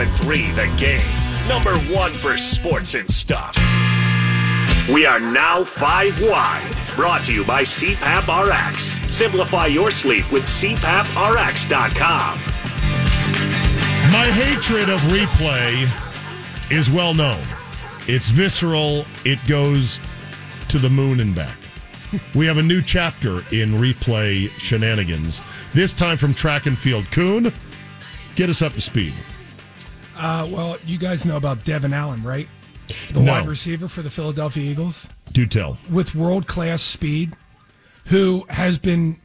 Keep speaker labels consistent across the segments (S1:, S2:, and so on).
S1: and three, the game. Number one for sports and stuff. We are now five wide. Brought to you by CPAP RX. Simplify your sleep with CPAPRX.com.
S2: My hatred of replay is well known. It's visceral. It goes to the moon and back. We have a new chapter in replay shenanigans. This time from track and field. Coon, get us up to speed.
S3: Uh, well, you guys know about Devin Allen, right? The
S2: No.
S3: wide receiver for the Philadelphia Eagles
S2: Do tell.
S3: with world class speed, who has been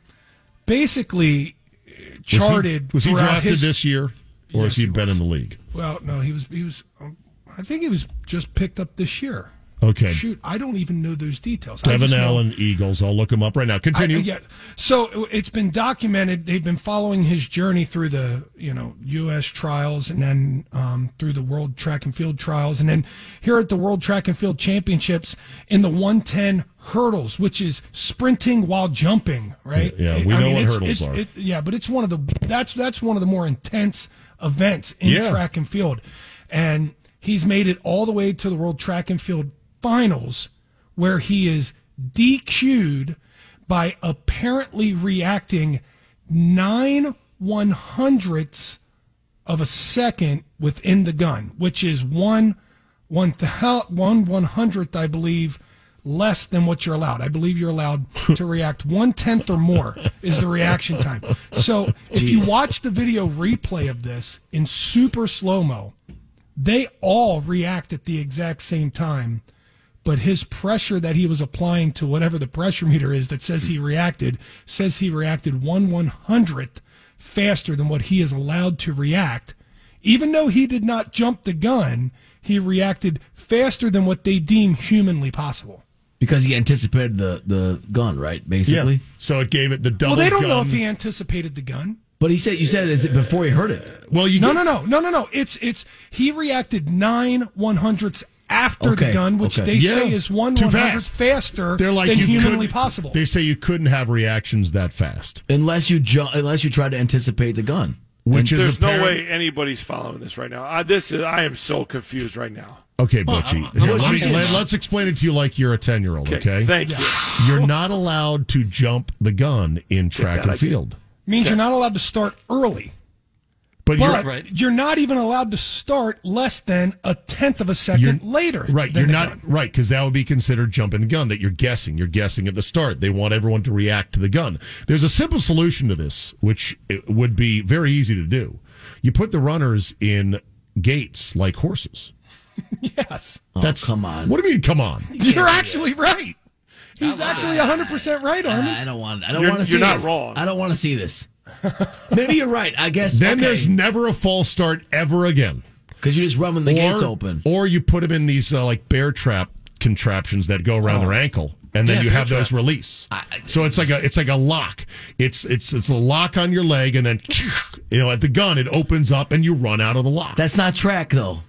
S3: basically uh,
S2: Was he-
S3: charted.
S2: Was he,
S3: throughout
S2: drafted
S3: his-
S2: this year, or
S3: Yes,
S2: has he,
S3: he
S2: been in the league?
S3: Well, no, he was. He was. Um, I think he was just picked up this year.
S2: Okay.
S3: Shoot, I don't even know those details. I
S2: Devin
S3: just know-
S2: Allen, Eagles. I'll look him up right now. Continue.
S3: I- yeah. So it's been documented. They've been following his journey through the you know U.S. trials and then um, through the World Track and Field trials, and then here at the World Track and Field Championships in the 110 hurdles, which is sprinting while jumping. Right.
S2: Yeah, we know what
S3: it's-
S2: hurdles
S3: it's-
S2: are.
S3: it- yeah, but it's one of the that's that's one of the more intense events in
S2: Yeah.
S3: track and field, and he's made it all the way to the World Track and Field Finals, where he is DQ'd by apparently reacting nine one hundredths of a second within the gun, which is one one thou- one one hundredth, I believe, less than what you're allowed. I believe you're allowed to react one tenth or more is the reaction time. So if you watch the video replay of this in super slow mo, they all react at the exact same time. But his pressure that he was applying to whatever the pressure meter is that says he reacted says he reacted one one hundredth faster than what he is allowed to react. Even though he did not jump the gun, he reacted faster than what they deem humanly possible.
S4: Because he anticipated the, the gun, right?
S2: Yeah.
S4: Basically.
S2: So it gave it the double.
S3: Well, they don't
S2: gun.
S3: know if he anticipated the gun.
S4: But he said you said is it before he heard it.
S2: Well, you
S3: No,
S2: get-
S3: no, no, no, no, no. It's it's he reacted nine one hundredths after the
S4: Okay,
S3: gun, which
S4: okay.
S3: they
S2: Yeah.
S3: say is one
S2: Too
S3: one hundredth
S2: fast.
S3: faster
S2: They're like
S3: than
S2: you
S3: humanly
S2: couldn't-
S3: possible.
S2: They say you couldn't have reactions that fast.
S4: Unless you ju- unless you tried to anticipate the gun.
S2: Which is
S5: There's no
S2: apparent-
S5: way anybody's following this right now. I, this is, I am so confused right now.
S2: Okay, Butchie.
S4: I'm- I'm
S2: Here, let me,
S4: confused.
S2: let, us explain it to you like you're a 10 year old, okay?
S5: Thank you.
S2: You're not allowed to jump the gun in track
S5: that
S2: and
S5: idea.
S2: field.
S3: means you're not allowed to start early.
S2: But,
S3: But
S2: you're
S4: right.
S3: you're not even allowed to start less than a tenth of a 2nd later.
S2: right.
S3: than
S2: You're
S3: the
S2: not
S3: gun.
S2: right because that would be considered jumping the gun. That you're guessing. You're guessing at the start. They want everyone to react to the gun. There's a simple solution to this, which it would be very easy to do. You put the runners in gates like horses.
S3: Yes.
S2: That's
S4: Oh, come on.
S2: What do you mean? Come on.
S3: You're actually right. He's actually 100% right on it.
S2: Uh,
S4: I don't want. I don't
S5: You're-
S4: want to see.
S5: you're not
S4: this.
S5: wrong.
S4: I don't want to see this. Maybe you're right. I guess
S2: Then there's never a false start ever again.
S4: because you're just rubbing the gates open.
S2: Or you put them in these uh, like bear trap contraptions that go around
S4: Oh.
S2: their ankle, and then you have those release. so it's like a it's like a lock. It's it's it's a lock on your leg, and then you know at the gun it opens up, and you run out of the lock.
S4: That's not track though.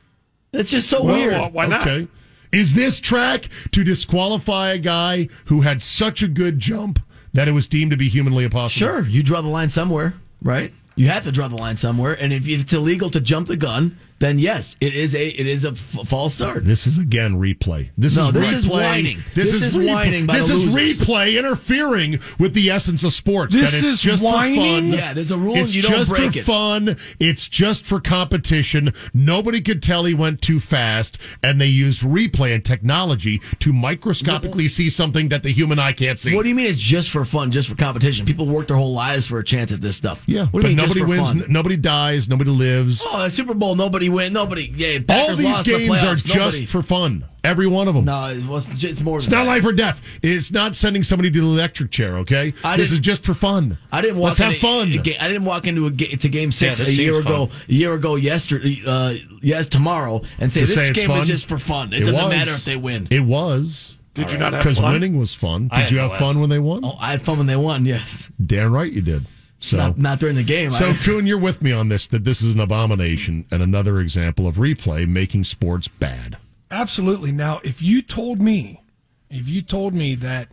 S4: That's just so weird.
S5: well, why not?
S2: Okay. Is this track to disqualify a guy who had such a good jump that it was deemed to be humanly impossible?
S4: Sure, you draw the line somewhere, right? You have to draw the line somewhere, and if it's illegal to jump the gun, then yes, it is a it is a f- false start.
S2: This is again replay. This
S4: No,
S2: is
S4: this
S2: replay.
S4: is whining.
S2: This, is
S4: This is whining by
S2: This
S4: the
S2: is
S4: losers.
S2: replay interfering with the essence of sports.
S3: This
S2: that it's
S3: is
S2: just For fun.
S3: whining?
S4: Yeah, there's a rule
S2: It's
S4: and you don't
S2: just
S4: break
S2: for
S4: it.
S2: fun. It's just for competition. Nobody could tell he went too fast, and they used replay and technology to microscopically see something that the human eye can't see.
S4: What do you mean it's just for fun, just for competition? People work their whole lives for a chance at this stuff.
S2: yeah, but
S4: what do you mean
S2: nobody
S4: just for
S2: wins.
S4: fun?
S2: n- nobody dies. Nobody lives.
S4: Oh, the Super Bowl, nobody win, nobody. Yeah,
S2: All
S4: Packers
S2: these
S4: lost the
S2: games
S4: playoffs,
S2: are just
S4: nobody-
S2: for fun. Every one of them.
S4: No, it was, it's more.
S2: It's not life or death. It's not sending somebody to the electric chair. Okay,
S4: I
S2: this
S4: didn't-
S2: is just for fun.
S4: I didn't walk.
S2: Let's have
S4: into-
S2: fun.
S4: a ga- I didn't walk into a ga- to game six
S6: Yeah,
S4: a
S6: this
S4: year
S6: seems
S4: ago. A year ago, yesterday, uh, yes, tomorrow, and say
S2: To
S4: this
S2: say it's
S4: game
S2: fun?
S4: was just for fun. It, doesn't
S2: was.
S4: matter if they win.
S2: It was
S5: Did you not have
S2: because
S5: fun?
S2: winning was fun.
S6: I
S2: Did you
S6: had
S2: have
S6: no
S2: fun
S6: F.
S2: when they won?
S4: oh, I had fun when they won. Yes,
S2: Damn right you did. So.
S4: not, not during the game.
S2: so,
S4: I,
S2: Kuhn, you're with me on this that this is an abomination and another example of replay making sports bad.
S3: Absolutely. Now, if you told me, if you told me that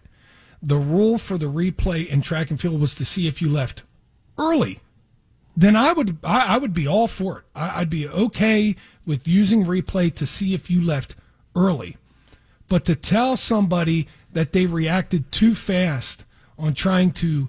S3: the rule for the replay in track and field was to see if you left early, then I would I, I would be all for it. I, I'd be okay with using replay to see if you left early, but to tell somebody that they reacted too fast on trying to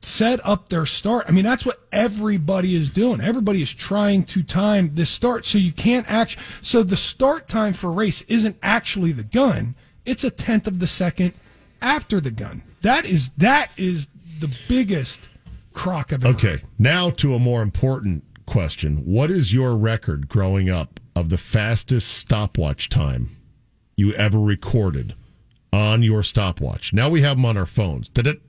S3: set up their start. I mean, that's what everybody is doing. Everybody is trying to time this start, so you can't act. So the start time for a race isn't actually the gun; it's a tenth of the second after the gun. That is that is the biggest crock I've ever
S2: Okay, now to a more important question. What is your record growing up of the fastest stopwatch time you ever recorded on your stopwatch? Now we have them on our phones. Did it?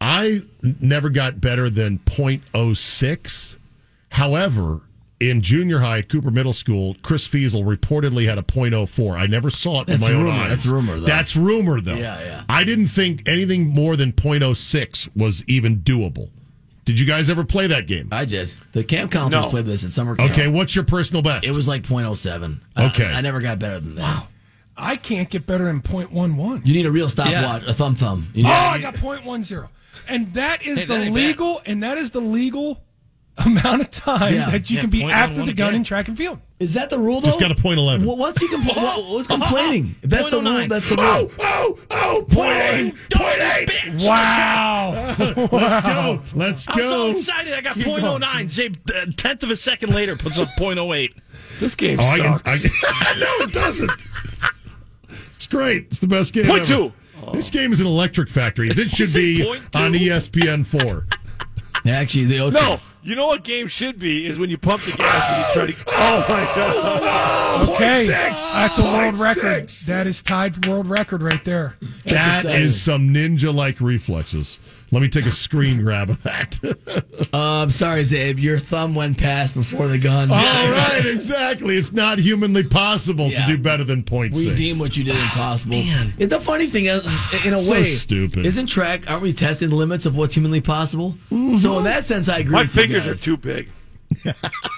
S2: I never got better than 0.06. However, in junior high at Cooper Middle School, Chris Fiesel reportedly had a 0.04. I never saw it
S4: That's
S2: with my
S4: rumor.
S2: own eyes.
S4: That's rumor, though.
S2: That's rumor, though.
S4: Yeah, yeah.
S2: I didn't think anything more than 0.06 was even doable. Did you guys ever play that game?
S4: I did. The camp counselors
S5: No.
S4: played this at summer camp.
S2: Okay, what's your personal best?
S4: It was like 0.07.
S2: Okay.
S4: I, I never got better than that.
S3: I can't get better than 0.11.
S4: You need a real stopwatch, a thumb thumb. You need-
S3: oh,
S5: Ah!
S3: I got 0.10. And that is
S6: Hey,
S3: the
S6: that ain't
S3: legal and that is the legal amount of time
S4: Yeah.
S3: that you
S6: Yeah,
S3: can be after
S6: 0.11
S3: the gun
S6: again.
S3: in track and field.
S4: Is that the rule, though?
S2: Just got a 0.11.
S4: Well, what's he compl- what, what's complaining? If that's the rule,
S6: 0.09.
S4: that's the rule.
S2: oh, oh, point eight, point eight.
S3: Wow.
S2: Let's go, let's
S6: I'm so
S2: go.
S6: excited. I got 0.09. Zay, uh, tenth of a second later, puts up 0.08.
S5: This game
S2: Oh, I can,
S5: sucks.
S2: I can- no, it doesn't. It's great. It's the best game.
S5: Point
S2: ever.
S5: two.
S2: This game is an electric factory. This should
S6: Is it
S2: be
S6: point two?
S2: on E ESPN four.
S4: Actually, the old
S5: Oh! no, you know what game should be is when you pump the gas and you try to. Oh my god!
S3: Okay.
S2: six.
S3: That's a world
S2: Point
S3: record.
S2: six.
S3: That is tied world record right there.
S2: That
S4: Exercise.
S2: is some ninja like reflexes. Let me take a screen grab of that.
S4: I'm sorry, Zabe. Your thumb went past before the gun.
S2: All right, exactly. It's not humanly possible
S4: Yeah.
S2: to do better than point
S4: We
S2: six.
S4: deem what you did impossible.
S6: man.
S4: And the funny thing is, in a
S2: So
S4: way,
S2: stupid.
S4: Isn't track? Aren't we testing the limits of what's humanly possible?
S2: Mm-hmm.
S4: So in that sense, I agree.
S5: My
S4: with you
S5: fingers are
S4: guys.
S5: too big.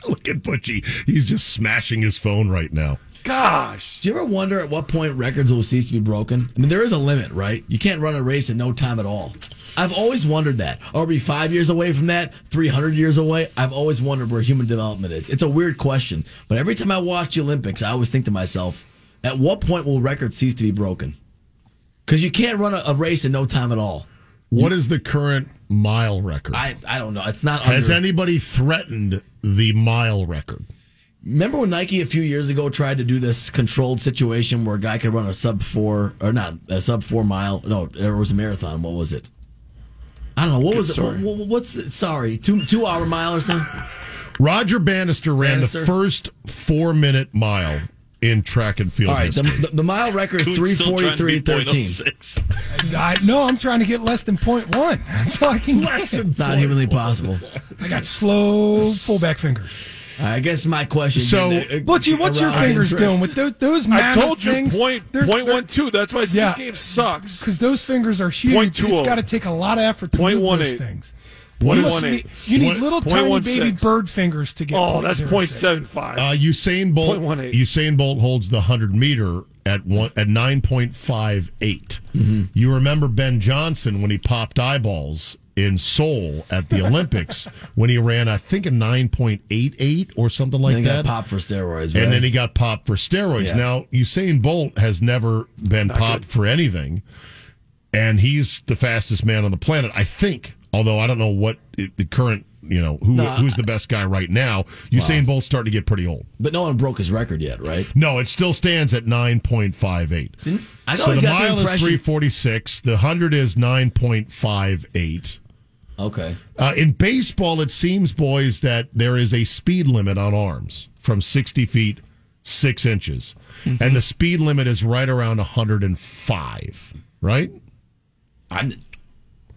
S2: Look at Butchie. He's just smashing his phone right now.
S5: Gosh,
S4: Do you ever wonder at what point records will cease to be broken? I mean, there is a limit, right? You can't run a race in no time at all. I've always wondered that. Are we five years away from that? 300 years away? I've always wondered where human development is. It's a weird question. But every time I watch the Olympics, I always think to myself, at what point will records cease to be broken? Because you can't run a, a race in no time at all.
S2: What is the current mile record?
S4: I, I don't know. It's not
S2: Has
S4: under.
S2: anybody threatened the mile record?
S4: Remember when Nike a few years ago tried to do this controlled situation where a guy could run a sub four or not a sub four mile? No, it was a marathon. What was it? I don't know. What was
S5: story.
S4: it? What, what's the, sorry two two hour mile or something?
S2: Roger Bannister ran
S4: Bannister?
S2: the first four minute mile in track and field
S4: All right, the,
S2: history.
S4: the, the mile record is three
S6: Coon's still
S4: forty
S6: trying to
S4: three
S6: beat
S4: thirteen.
S6: 0.06.
S3: I, no, I'm trying to get less than 0.1. That's all I can
S2: Less
S3: get.
S2: than
S4: It's not humanly possible.
S3: I got slow fullback fingers.
S4: I guess my question.
S2: So-
S4: again, uh,
S3: Butchie, what's your
S4: around
S3: fingers
S4: interest.
S3: doing with those, those
S5: I
S3: mammoth
S5: told you
S3: things?
S5: point
S3: They're-
S5: point
S3: they're-
S5: one two. That's why I said
S3: Yeah.
S5: this game sucks.
S3: because those fingers are huge.
S5: Point two
S3: it's
S5: oh.
S3: got to take a lot of effort to
S5: Point
S3: move
S5: one
S3: those
S5: eight.
S3: things.
S5: What
S3: you,
S5: is-
S3: must need, you need
S5: Point-
S3: little
S5: point
S3: tiny
S5: one
S3: baby
S5: six.
S3: bird fingers to get.
S5: Oh, that's
S3: 0.06.
S5: point seven five.
S2: Uh, Usain Bolt.
S5: 0.18.
S2: Usain Bolt holds the hundred meter at one at nine
S4: Mm-hmm.
S2: You remember Ben Johnson when he popped eyeballs in Seoul at the Olympics when he ran, I think, a nine point eight eight or something like
S4: And got
S2: that.
S4: popped for steroids.
S2: and
S4: right?
S2: then he got popped for steroids.
S4: Yeah.
S2: Now Usain Bolt has never been popped for anything, and he's the fastest man on the planet, I think. Although I don't know what it, the current, you know, who who's the best guy right now. Usain Bolt's starting to get pretty old.
S4: but no one broke his record yet, right?
S2: No, it still stands at nine point five eight.
S4: I
S2: So
S4: always
S2: the
S4: got the
S2: mile is
S4: impression-
S2: three forty six. The hundred is nine point five eight.
S4: Okay.
S2: Uh, in baseball, it seems, boys, that there is a speed limit on arms from 60 feet, six inches. And the speed limit is right around 105, right?
S4: I'm.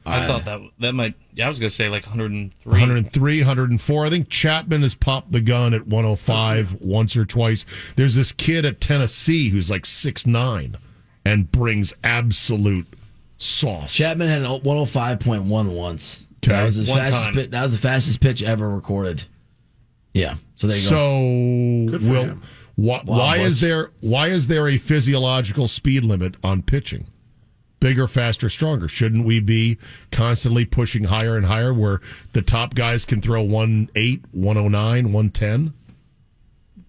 S6: I thought that that might. Yeah, I was gonna say like 103.
S2: 103, 104. I think Chapman has popped the gun at 105 once or twice. There's this kid at Tennessee who's like 6'9 and brings absolute sauce.
S4: Chapman had oh an 105.1 once.
S2: Okay.
S4: That was his
S6: One
S4: fastest
S6: time.
S4: pi- that was the fastest pitch ever recorded. Yeah. So there you go.
S2: So,
S5: for
S2: will,
S5: him.
S2: why, why
S4: Butch.
S2: is there why is there a physiological speed limit on pitching? bigger, faster, stronger. Shouldn't we be constantly pushing higher and higher where the top guys can throw 108, 109, 110?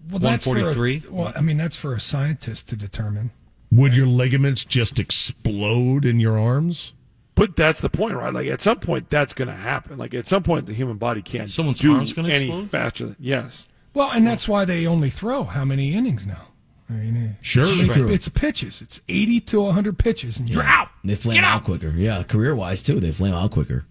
S3: Well, that's for a,
S7: 143?
S3: well, I mean, that's for a scientist to determine.
S2: Would your ligaments just explode in your arms?
S5: But that's the point, right? Like at some point, that's going to happen. Like at some point, the human body can't
S6: Someone's
S5: do
S6: arm's gonna
S5: any
S6: explode?
S5: faster. Than, yes,
S3: Well, and that's why they only throw how many innings now. I mean, eh,
S2: Sure.
S3: it's,
S4: True.
S3: it's pitches. It's eighty to hundred pitches, and you're out.
S4: They flame out quicker. Yeah, career wise too, they flame out quicker.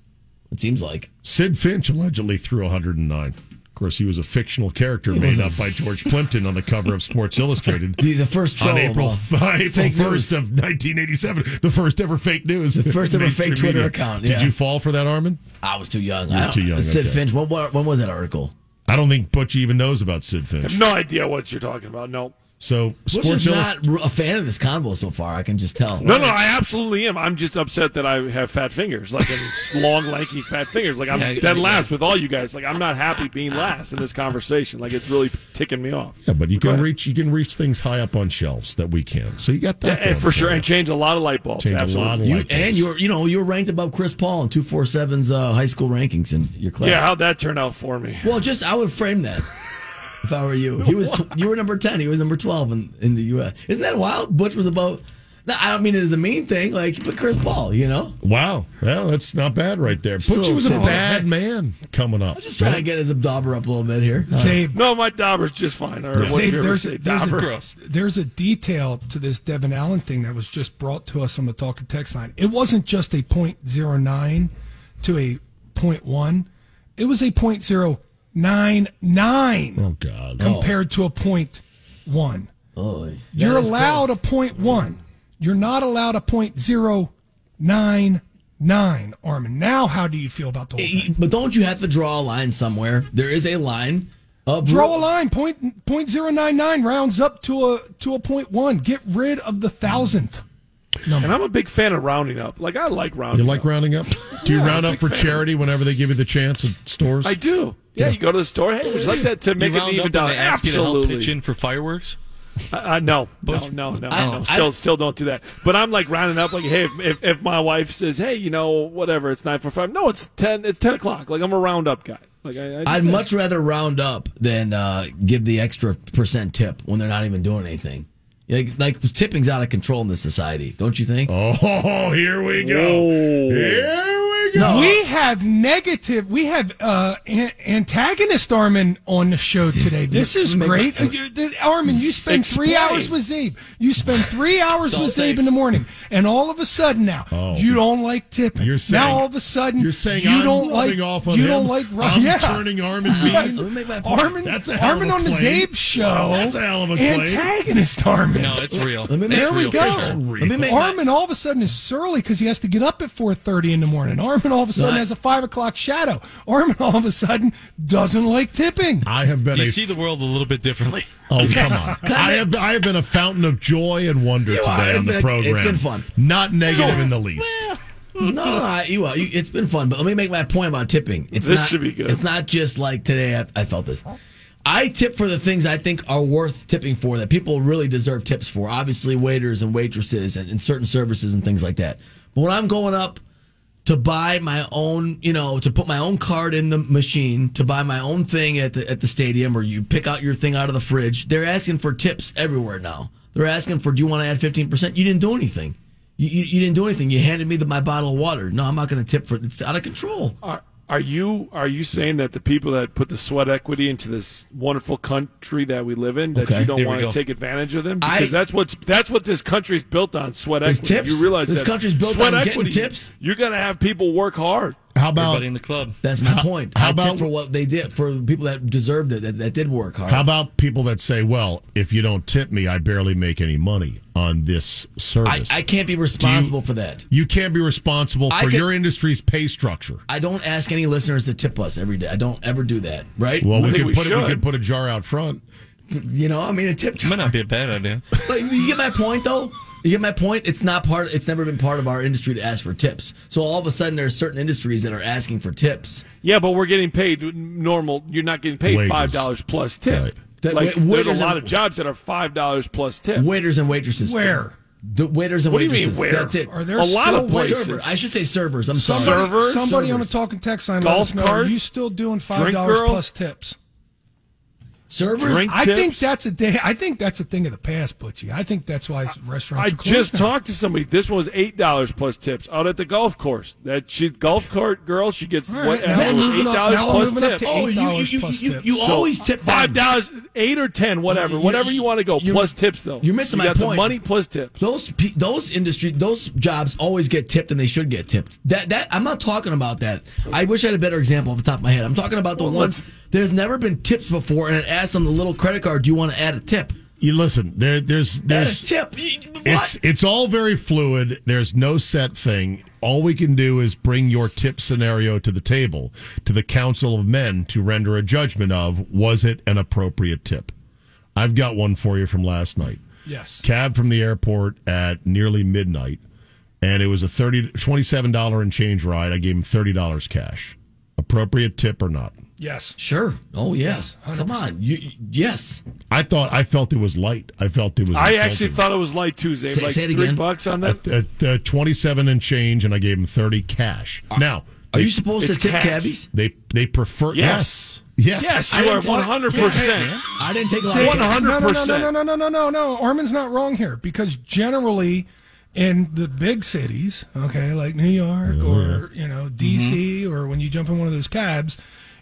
S4: It seems like.
S2: Sid Finch allegedly threw 109. Of course, he was a fictional character made up by George Plimpton on the cover of Sports Illustrated.
S4: The, the first troll
S2: on
S4: of
S2: April,
S4: all.
S2: April
S4: fake
S2: 1st
S4: news.
S2: of 1987. The first ever fake news. The
S4: first ever fake Twitter account,
S2: Did
S4: yeah.
S2: you fall for that, Armin?
S4: I was too young.
S2: You were
S4: I-
S2: too young,
S4: Sid
S2: okay.
S4: Finch. When, when when was that article?
S2: I don't think Butch even knows about Sid
S5: I
S2: Finch.
S5: have no idea what you're talking about. No,
S2: So,
S4: Which
S2: Sports
S4: is
S2: Illustrated.
S4: not r- a fan of this convo so far. I can just tell.
S5: no, no. I absolutely am. I'm just upset that I have fat fingers, like and it's long, lanky, fat fingers. Like I'm
S6: Yeah, I-
S5: dead
S6: I-
S5: last with all you guys. Like I'm not happy being last in this conversation. Like it's really ticking me off.
S2: Yeah, but you
S5: Go
S2: can
S5: ahead.
S2: reach you can reach things high up on shelves that we can. So you got that
S5: And
S2: going
S5: for sure,
S2: you.
S5: and change a lot of light bulbs.
S2: Change a
S5: absolutely.
S2: lot of
S4: You,
S2: light bulbs.
S4: and you're you know you're ranked above Chris Paul in two four seven's uh, high school rankings in your class.
S5: yeah, how'd that turn out for me?
S4: Well, just I would frame that if I were you. He was tw- you were number ten. He was number twelve in, in the U.S. Isn't that wild? Butch was above. No, I don't mean it as a mean thing. Like, but Chris Paul, you know,
S2: Wow, well, that's not bad right there. Butchie
S4: So
S2: was a
S4: simple.
S2: bad man coming up.
S4: just trying to get his abdobber up a little bit here. Uh,
S3: Zabe,
S5: No, my dauber's just fine. Or
S3: Zabe,
S5: whatever.
S3: there's a, there's,
S5: Dauber.
S6: Gross.
S3: a, there's a detail to this Devin Allen thing that was just brought to us on the talk and text line. It wasn't just a .09 to a .1. It was a .099
S2: Oh God!
S3: compared to a point one.
S4: oh, that
S3: You're
S4: is
S3: allowed a point one. You're not allowed a point zero nine nine, Armin. Now, how do you feel about the whole
S4: close.
S3: thing?
S4: But don't you have to draw a line somewhere? There is a line. Of
S3: Draw a line. Point point zero nine nine rounds up to a to a point one. Get rid of the thousandth.
S5: And I'm a big fan of rounding up. Like I like rounding.
S2: You
S5: up.
S2: like rounding up? Do you
S5: Yeah,
S2: round up
S5: big
S2: for
S5: fan.
S2: charity whenever they give you the chance at stores?
S5: I do. Yeah, you go to the store. Hey, would you like that to make
S6: you
S5: it
S6: round
S5: even
S6: up when
S5: down?
S6: they ask you to help pitch
S5: Absolutely.
S6: in for fireworks.
S5: Uh, no, no, no, no,
S4: I-
S5: no.
S4: I-
S5: Still, still don't do that. But I'm like rounding up. Like, hey, if, if, if my wife says, hey, you know, whatever, it's nine four five. No, it's ten. It's ten o'clock. Like I'm a round up guy. Like I, I just-
S4: I'd much rather round up than uh, give the extra percent tip when they're not even doing anything. Like, like tipping's out of control in this society, don't you think?
S2: Oh, here we go! Here we go!
S3: We have negative. We have uh, an- antagonist Armin on the show today. This is great. Uh, you- th- Armin, you spend three
S5: Explain.
S3: hours with Zabe. You spend three hours with
S6: Don't
S3: Zabe in the morning, and all of a sudden now
S2: Oh.
S3: you don't like tipping.
S2: You're saying
S3: now all of a sudden
S2: you're saying
S3: you
S2: I'm
S3: don't like
S2: rubbing off on
S3: you
S2: him.
S3: don't like
S2: I'm
S3: yeah.
S2: turning Armin Bean.
S3: Yes.
S4: Let me make my point.
S3: Armin,
S2: That's a hell of
S3: Armin
S2: a
S3: on the
S2: claim.
S3: Zabe show.
S2: That's a hell of a claim.
S3: antagonist Armin.
S6: No, it's real.
S4: Let me make-
S6: It's
S3: there we
S6: real
S3: go.
S6: for sure.
S2: Let
S4: Let me make my-
S3: Armin all of a sudden is surly because he has to get up at four thirty in the morning. Armin all of a sudden
S4: Right.
S3: has a five o'clock shadow. Armin all of a sudden doesn't like tipping.
S2: I have been
S6: You
S2: a
S6: see the world a little bit differently.
S2: oh come on! I have I have been a fountain of joy and wonder
S4: You are.
S2: today on the
S4: It's been- it's
S2: program.
S4: been fun.
S2: not negative in the least.
S4: No, no, I, you, are- you, it's been fun, but let me make my point about tipping. It's
S5: This
S4: not,
S5: should be good.
S4: It's not just like today. I, I felt this. I tip for the things I think are worth tipping for that people really deserve tips for. Obviously, waiters and waitresses and, and certain services and things like that. But when I'm going up to buy my own, you know, to put my own card in the machine, to buy my own thing at the at the stadium, or you pick out your thing out of the fridge. They're asking for tips everywhere now. They're asking for, do you want to add fifteen percent? You didn't do anything. You, you, you didn't do anything. You handed me the, my bottle of water. No, I'm not going to tip for it. It's out of control.
S5: Are, are you are you saying that the people that put the sweat equity into this wonderful country that we live in that
S4: Okay.
S5: you don't
S6: Here we
S5: want to
S6: go.
S5: take advantage of them
S4: I-
S5: because that's what's that's what this country's built on sweat
S4: Is
S5: equity.
S4: tips?
S5: You realize
S4: This
S5: that
S4: country's built
S5: sweat
S4: on getting
S5: equity,
S4: tips?
S5: You're gonna have people work hard.
S2: How about
S6: Everybody in the club.
S4: That's my point.
S2: how
S4: I
S2: about-
S4: tip for what they did for people that deserved it that, that did work hard.
S2: How about people that say, "Well, if you don't tip me, I barely make any money on this
S4: I,
S2: service."
S4: I can't be responsible for that.
S2: you can't be responsible
S4: I
S2: for
S4: could-
S2: your industry's pay structure.
S4: I don't ask any listeners to tip us every day. I don't ever do that. Right?
S2: Well, we
S5: think
S2: could
S5: we
S2: put it, we
S5: should.
S2: could put a jar out front.
S4: you know, I mean, a tip.
S6: Might not be a bad idea.
S4: But you get my point, though. You get my point. It's not part. It's never been part of our industry to ask for tips. So all of a sudden, there are certain industries that are asking for tips.
S5: Yeah, but we're getting paid normal. You're not getting paid
S2: Wages.
S5: five dollars plus tip.
S2: Right.
S4: That-
S5: Like
S4: wa-
S5: there's
S4: waiters
S5: a lot
S4: and-
S5: of jobs that are five dollars plus tip.
S4: Waiters and waitresses.
S3: Where?
S4: The waiters and
S5: What do you mean,
S4: waitresses.
S5: where?
S4: That's it.
S3: Are there
S5: A lot
S3: still
S5: of places.
S4: Server. I should say servers. I'm sorry.
S3: Somebody,
S5: Server?
S3: somebody on the
S4: Servers.
S3: talking text line. let
S5: Golf
S3: us know,
S5: cart?
S3: Are you still doing five
S5: Drink
S3: dollars
S5: girl?
S3: plus tips?
S4: servers.
S5: Drink-
S3: I think
S5: Tips?
S3: that's a day. I think that's a thing of the past, Butchie. I think that's why it's
S5: I
S3: restaurants. are closed
S5: just
S3: now.
S5: talked to somebody. This one was eight dollars plus tips out at the golf course. That she golf cart girl, she gets
S3: All right,
S5: what,
S3: now
S5: it was
S3: we're moving
S5: eight
S3: up-
S5: dollars
S3: now we're
S5: plus
S3: moving up
S5: tips.
S3: to
S4: Oh, you, you,
S3: $8
S4: you,
S3: plus
S4: you,
S3: tips.
S4: you
S5: So,
S4: always tip
S5: five
S4: them.
S5: dollars, eight or ten, whatever,
S4: You-
S5: whatever you want to go.
S4: you-
S5: plus tips though.
S4: you're missing my
S5: you got
S4: point.
S5: The money plus tips.
S4: Those pe- those industry those jobs always get tipped and they should get tipped. That that I'm not talking about that. I wish I had a better example off the top of my head. I'm talking about the ones there's never been tips before, and it asks on the little credit card, "Do you want to add a tip?"
S2: You listen. There, there's,
S4: Add a
S2: there's.
S4: tip. You- you- What?
S2: It's it's all very fluid. There's no set thing. All we can do is bring your tip scenario to the table to the council of men to render a judgment of was it an appropriate tip. I've got one for you from last night.
S3: Yes.
S2: Cab from the airport at nearly midnight and it was a 30 $27 and change ride. I gave him $30 cash. Appropriate tip or not?
S3: Yes.
S4: sure. Oh yes. Come on. You, you- yes.
S2: I thought I felt it was light. I felt it was
S5: I actually
S2: insulting.
S5: thought it was light Tuesday,
S4: Say-
S5: like
S4: say it
S5: three
S4: again.
S5: bucks on that.
S2: at, at uh, 27 and change, and I gave him 30 cash. Now,
S4: Are
S2: they,
S4: you supposed to
S5: it's
S4: tip
S5: cash.
S4: cabbies?
S2: they they prefer
S5: Yes.
S2: yes,
S5: Yes,
S4: I
S5: you
S4: didn't
S5: are
S4: tell-
S5: one hundred percent.
S4: I didn't take a lot.
S5: Say
S4: of-
S5: it.
S3: No, no, no,
S5: 100%.
S3: no, no, no, no, no, no. Armin's not wrong here because generally in the big cities, okay, like New York or, you know,
S2: Mm-hmm.
S3: D.C., or when you jump in one of those cabs,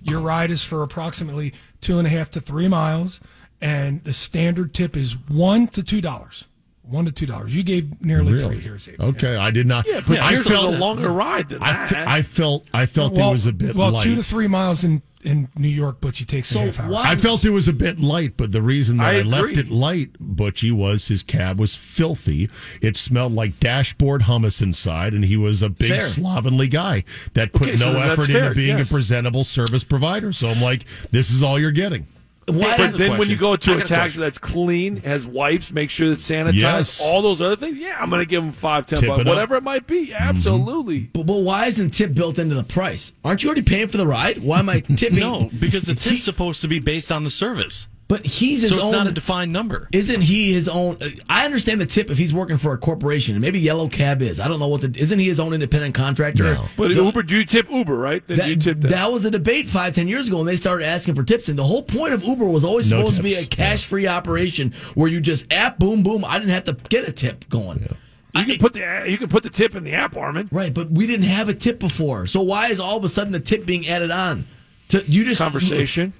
S3: your ride is for approximately two and a half to three miles, and the standard tip is one to two dollars. One to two dollars. You gave nearly
S2: Really?
S3: three here, Zeke.
S2: Okay, I did not.
S5: Yeah, but
S2: I
S5: yours was
S2: felt
S5: a longer ride than
S2: I,
S5: that.
S2: fe- I felt Oh, I felt it was a bit
S3: well,
S2: light.
S3: two to three miles in, in New York, but you takes a half hour.
S2: I felt it was a bit light, but the reason that
S5: I
S2: I, left
S5: agree.
S2: it light, Butchie, was his cab was filthy. It smelled like dashboard hummus inside, and he was a big
S4: Fair.
S2: slovenly guy that put
S5: Okay,
S2: no
S5: so then that's
S2: effort
S5: fair,
S2: into being
S5: yes.
S2: a presentable service provider. So I'm like, this is all you're getting.
S4: Why
S5: But then when
S6: question.
S5: you go
S6: I
S5: to a
S6: got a
S5: taxi
S6: question.
S5: that's clean, has wipes, make sure it's sanitized,
S2: Yes.
S5: all those other things, yeah, I'm going to give them five, ten
S2: Tip
S5: bucks,
S2: it up.
S5: whatever it might be. Absolutely.
S4: But, but why isn't tip built into the price? Aren't you already paying for the ride? Why am I tipping?
S6: No, because the tip's supposed to be based on the service,
S4: But he's his
S6: so it's
S4: own.
S6: not a defined number.
S4: isn't he his own? I understand the tip if he's working for a corporation, and maybe Yellow Cab is. I don't know what the. Isn't he his own independent contractor?
S2: No.
S5: But
S4: The-
S5: Uber, do you tip Uber, right? Then
S4: That,
S5: you tip that.
S4: that was a debate five, ten years ago, and they started asking for tips. And the whole point of Uber was always
S2: No
S4: supposed to be
S2: tips.
S4: a cash free operation where you just app, boom, boom. I didn't have to get a tip going. I-
S5: you, can put the, you can put the tip in the app, Armin.
S4: Right, but we didn't have a tip before. So why is all of a sudden the tip being added on? To, you just
S5: Conversation.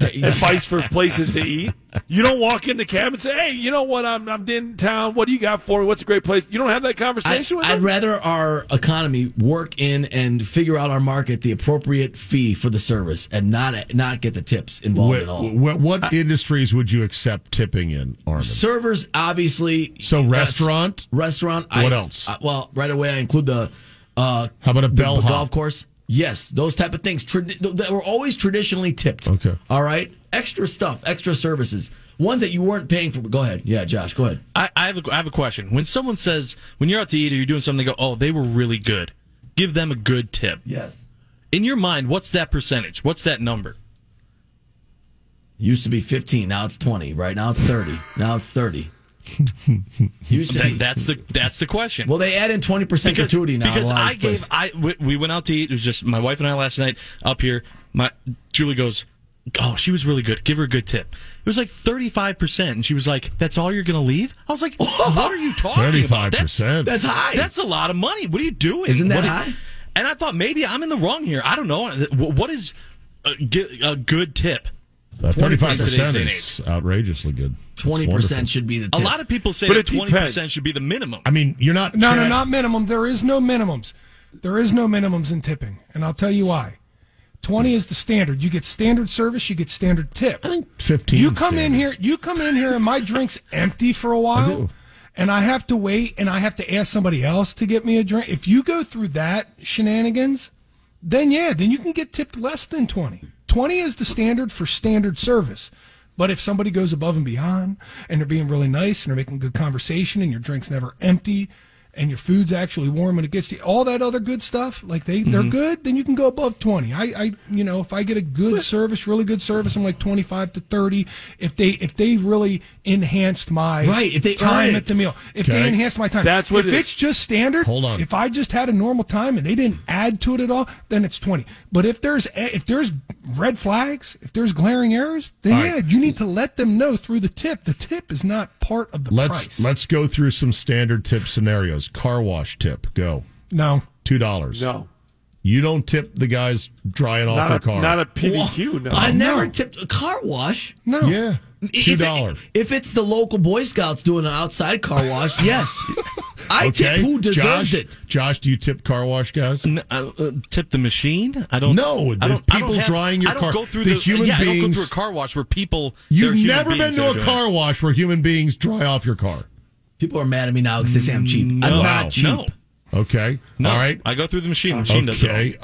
S5: Advice for places to eat. You don't walk in the cab and say, "Hey, you know what? I'm I'm in town. What do you got for me? What's a great place?" You don't have that
S4: I,
S5: conversation with
S4: would
S5: them.
S4: rather our economy work in and figure out our market the appropriate fee for the service and not not get the tips involved
S2: What,
S4: at all.
S2: what, what industries would you accept tipping in, Armin?
S4: Servers, obviously.
S2: So
S4: yes.
S2: restaurant?
S4: restaurant.
S2: What
S4: I-
S2: else?
S4: I- well, right away I include the. Uh,
S2: How about a
S4: the
S2: bellhop?
S4: golf course? Yes, those type of things tradi- that were always traditionally tipped.
S2: Okay.
S4: All right. Extra stuff, extra services, ones that you weren't paying for. Go ahead. Yeah, Josh. Go ahead.
S6: I, I have a, I have a question. When someone says when you're out to eat or you're doing something, they go, "Oh, they were really good." Give them a good tip.
S4: Yes.
S6: In your mind, what's that percentage? What's that number?
S4: Used to be 15, now it's 20, right? Now it's 30. now it's 30. Used to
S6: That,
S4: be,
S6: that's the that's the question.
S4: well, they add in 20% gratuity now. in a
S6: because
S4: lot of
S6: I
S4: places.
S6: gave I we, we went out to eat. It was just my wife and I last night up here. My Julie goes, oh, she was really good. Give her a good tip. It was like thirty five percent, and she was like, "That's all you're gonna leave?" I was like, "What are you talking about? That's-
S2: 35%.
S4: That's high.
S6: That's a lot of money. What are you doing?
S4: Isn't that
S6: What-
S4: high?
S6: And I thought maybe I'm in the wrong here. I don't know. Wh- What is a, gi- a good tip?
S2: Uh, 35%
S6: today's day and
S2: is outrageously good. That's
S4: 20%
S2: wonderful.
S4: should be the
S6: A
S4: tip.
S6: lot of people say
S5: But
S6: that
S5: it depends.
S6: 20% should be the minimum.
S2: I mean, you're not.
S3: No, no,
S2: Chad-
S3: not minimum. There is no minimums. There is no minimums in tipping, and I'll tell you why. Twenty is the standard. You get standard service. You get standard tip.
S2: I think 15.
S3: You come in
S2: standard.
S3: here. You come in here, and my drink's empty for a while,
S2: do.
S3: and I have to wait, and I have to ask somebody else to get me a drink. If you go through that shenanigans, then yeah, then you can get tipped less than twenty. Twenty is the standard for standard service. But if somebody goes above and beyond, and they're being really nice, and they're making good conversation, and your drink's never empty, and your food's actually warm when it gets to you, all that other good stuff, like they, they're
S4: Mm-hmm.
S3: good, then you can go above 20. I, I, you know, if I get a good service, really good service, I'm like 25 to 30. If they, if they really enhanced my
S4: Right, if they
S3: time
S4: earn it.
S3: at the meal, if
S2: Okay.
S3: they enhanced my time,
S5: That's what
S3: if
S5: it
S3: it's
S5: is.
S3: just standard,
S2: Hold on.
S3: If I just had a normal time and they didn't add to it at all, then it's 20. But if there's, if there's red flags, if there's glaring errors, then
S2: All
S3: yeah,
S2: right.
S3: you need to let them know through the tip. The tip is not part of the
S2: Let's
S3: price.
S2: let's go through some standard tip scenarios. Car wash tip. Go.
S3: no.
S2: Two dollars.
S5: No,
S2: You don't tip the guys drying off their
S5: not a,
S2: car.
S5: not a PBQ. No,
S4: I never
S3: no.
S4: tipped a car wash.
S3: No.
S2: yeah.
S4: If
S2: Two
S4: it-
S2: dollars.
S4: If it's the local Boy Scouts doing an outside car wash, yes. I tip who deserves
S2: Josh,
S4: it.
S2: Josh, do you tip car wash guys?
S6: N- uh, uh, tip the machine? I don't.
S2: No, the
S6: I don't, I
S2: people
S6: don't have,
S2: drying your
S6: I don't
S2: car-
S6: Go through
S2: the
S6: the,
S2: human
S6: yeah, I don't go
S2: beings-
S6: through a car wash where people. there
S2: You've
S6: are human
S2: never been
S6: beings
S2: to
S6: that
S2: a
S6: are doing
S2: car wash where human beings dry off your car.
S4: People are mad at me now because they say I'm cheap.
S6: it.
S4: I'm
S6: No,
S4: not cheap.
S6: no,
S2: Okay.
S6: no.
S2: All right.
S6: I go through the machine. The machine does it. all.
S2: Okay.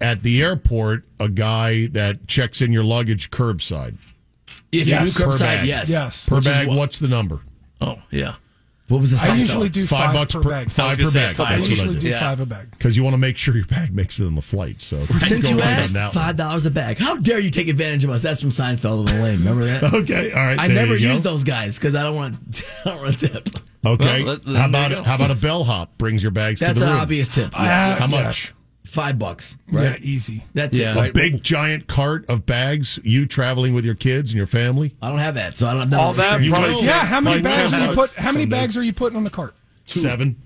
S2: Uh, at the airport, a guy that checks in your luggage curbside
S4: If
S3: Yes.
S4: you do
S2: Per
S4: curbside,
S2: bag.
S4: yes.
S3: Yes.
S2: per
S4: Which is
S2: bag.
S4: what-
S2: What's the number?
S6: Oh yeah.
S4: What was the
S3: I
S4: Seinfeld?
S3: usually do
S2: Five
S3: five,
S2: bucks
S3: per,
S2: per-
S3: bag.
S2: five
S6: I was gonna
S2: per
S6: say
S2: bag.
S6: five.
S3: I
S2: That's what I
S3: usually
S2: did.
S3: do
S6: Yeah.
S3: five a bag.
S2: Because you want to make sure your bag makes it on the flight. So
S4: Since
S2: go
S4: you
S2: right on
S4: asked,
S2: that
S4: five
S2: one.
S4: dollars a bag. How dare you take advantage of us? That's from Seinfeld and Elaine. Remember that?
S2: Okay. All right.
S4: I
S2: there
S4: never
S2: you go.
S4: use those guys because I don't want. I don't want to tip.
S2: Okay.
S6: Well, let-
S2: how
S6: there
S2: about
S6: you go.
S2: how about a bellhop brings your bags
S4: That's
S2: to the
S4: an
S2: room?
S4: obvious tip.
S3: Yeah.
S2: How
S3: Yeah.
S2: much?
S4: Five bucks.
S3: Yeah,
S4: Right.
S3: easy.
S4: That's
S6: Yeah.
S4: it. Right?
S2: Big giant cart of bags. You traveling with your kids and your family.
S4: I don't have that, so I don't. know.
S5: all that.
S2: You
S5: probably
S2: might-
S5: ten-
S3: Yeah, how many
S5: like
S3: bags
S5: ten
S3: are you put?
S5: bucks.
S3: How many
S2: Someday.
S3: bags are you putting on the cart?
S2: Seven.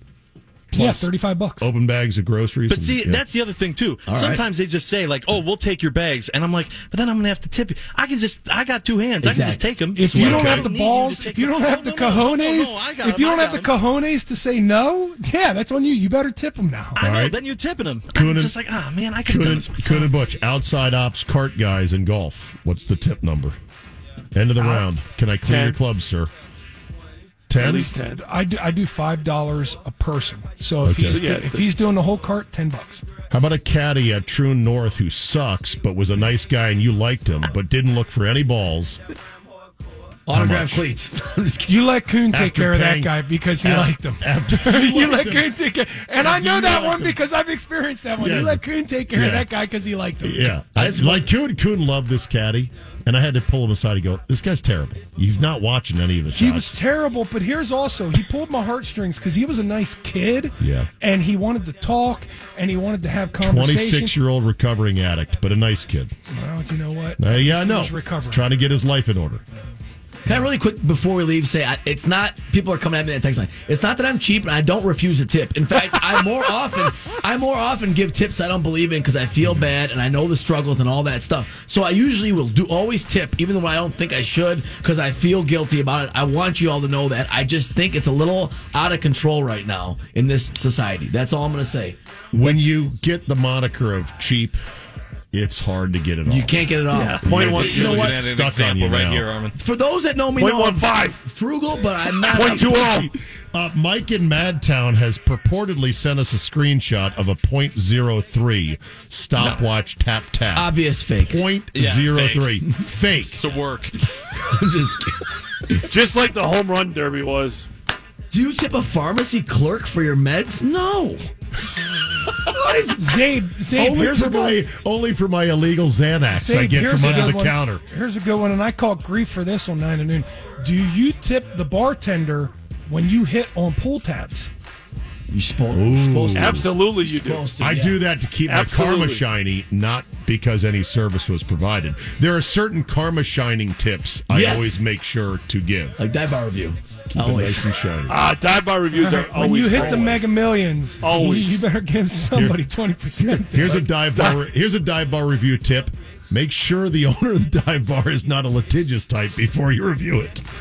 S3: yeah,
S2: Plus
S3: thirty-five bucks.
S2: Open bags of groceries.
S6: But
S2: and-
S6: see,
S2: yeah.
S6: that's the other thing too.
S4: right.
S6: Sometimes they just say like, "Oh, we'll take your bags," and I'm like, "But then I'm gonna have to tip you. I can just, I got two hands. I can just
S4: Exactly.
S6: take them.
S3: if you don't
S2: okay.
S3: have the balls, if you don't have the cojones, if you don't have the cojones to say no, yeah, that's on you. You better tip them now.
S6: I know.
S2: Alright.
S6: Then you're tipping them.
S2: Coonan-
S6: I'm just like, ah, man, I could have done
S2: Could
S6: this myself.
S2: Could and Butch outside ops cart guys in golf. What's the tip number? End of the round. Can I clean
S5: Ten.
S2: your club, sir? Ten.
S5: At least ten.
S3: I do. I do five dollars a person. So if
S2: Okay.
S3: he's
S5: Yeah.
S3: if he's doing the whole cart, ten bucks.
S2: How about a caddy at True North who sucks but was a nice guy and you liked him but didn't look for any balls?
S4: Autograph cleats. I'm just kidding.
S3: You let Coon take
S2: After
S3: care of
S2: paying-
S3: that guy because he liked him.
S2: After-
S3: you let Coon take care, and I
S2: You
S3: know that
S2: liked
S3: one
S2: him.
S3: because I've experienced that one.
S2: Yes.
S3: You let Coon take care
S2: Yeah.
S3: of that guy because he liked him.
S2: Yeah, I, like Coon. Coon loved this caddy, and I had to pull him aside and go, "This guy's terrible. He's not watching any of the shots."
S3: He was terrible, but here's also he pulled my heartstrings because he was a nice kid.
S2: Yeah.
S3: and he wanted to talk and he wanted to have conversation.
S2: Twenty-six-year-old recovering addict, but a nice kid.
S3: Well, you know what?
S2: Uh, yeah, I
S3: He
S2: know.
S3: was recovering.
S2: Trying to get his life in order.
S4: Can I really quick before we leave say I, it's not people are coming at me at text line. It's not that I'm cheap and I don't refuse a tip. In fact, I more often I more often give tips I don't believe in because I feel
S5: Mm-hmm.
S4: bad and I know the struggles and all that stuff. So I usually will do always tip even when I don't think I should because I feel guilty about it. I want you all to know that. I just think it's a little out of control right now in this society. That's all I'm going to say.
S2: When you get the moniker of cheap, it's hard to get it off.
S4: You can't get it off.
S5: Point one.
S2: You know
S6: Looking
S2: what?
S6: at an
S2: Stuck on
S6: example
S2: you
S6: right
S2: now.
S6: here, Armin.
S4: For those that know me,
S5: Point
S4: know
S5: one
S4: I'm
S5: five.
S4: frugal, but I'm not.
S5: Point two oh.
S2: Uh, Mike in Madtown has purportedly sent us a screenshot of a .03 stopwatch tap tap.
S4: Obvious fake.
S6: Yeah,
S2: .03 fake.
S6: It's a work.
S4: I'm just kidding.
S5: Just like the home run derby was.
S4: Do you tip a pharmacy clerk for your meds? No.
S3: Zabe, Zabe,
S2: Only
S3: here's
S2: for
S3: a good,
S2: my only for my illegal Xanax
S3: Zabe,
S2: I get
S3: here's
S2: from
S3: a
S2: under
S3: good
S2: the
S3: one.
S2: counter.
S3: Here's a good one, and I caught grief for this on nine and noon. Do you tip the bartender when you hit on pull tabs?
S4: You're supposed, supposed to.
S5: Absolutely, you do.
S4: Supposed to,
S2: I
S4: yeah.
S2: do that to keep my karma
S5: Absolutely.
S2: shiny, not because any service was provided. There are certain karma shining tips I
S4: Yes.
S2: always make sure to give.
S4: Like dive bar review.
S2: Nice
S4: Always.
S2: and shiny.
S5: Ah, dive bar reviews are
S3: when
S5: always.
S3: you hit the
S5: always.
S3: Mega Millions,
S5: Always.
S3: you, you better give somebody twenty percent.
S2: Here's a dive bar. Here's a dive bar review tip. Make sure the owner of the dive bar is not a litigious type before you review it.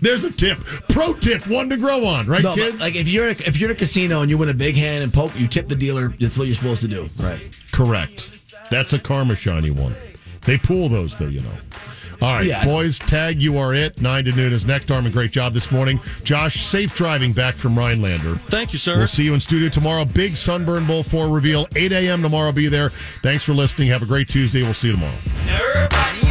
S2: There's a tip, pro tip, one to grow on, right,
S4: No,
S2: kids?
S4: but, like if you're at a, if you're at a casino and you win a big hand and poke, you tip the dealer. That's what you're supposed to do. Right.
S2: Correct. That's a karma shiny one. They pool those though, you know. All right,
S4: Yeah.
S2: boys, tag you are it. Nine to noon is next. Armin, great job this morning. Josh, safe driving back from Rhinelander.
S6: Thank you, sir.
S2: We'll see you in studio tomorrow. Big Sunburn Bowl 4 reveal, 8 a.m. tomorrow. Be there. Thanks for listening. Have a great Tuesday. We'll see you tomorrow.
S7: Everybody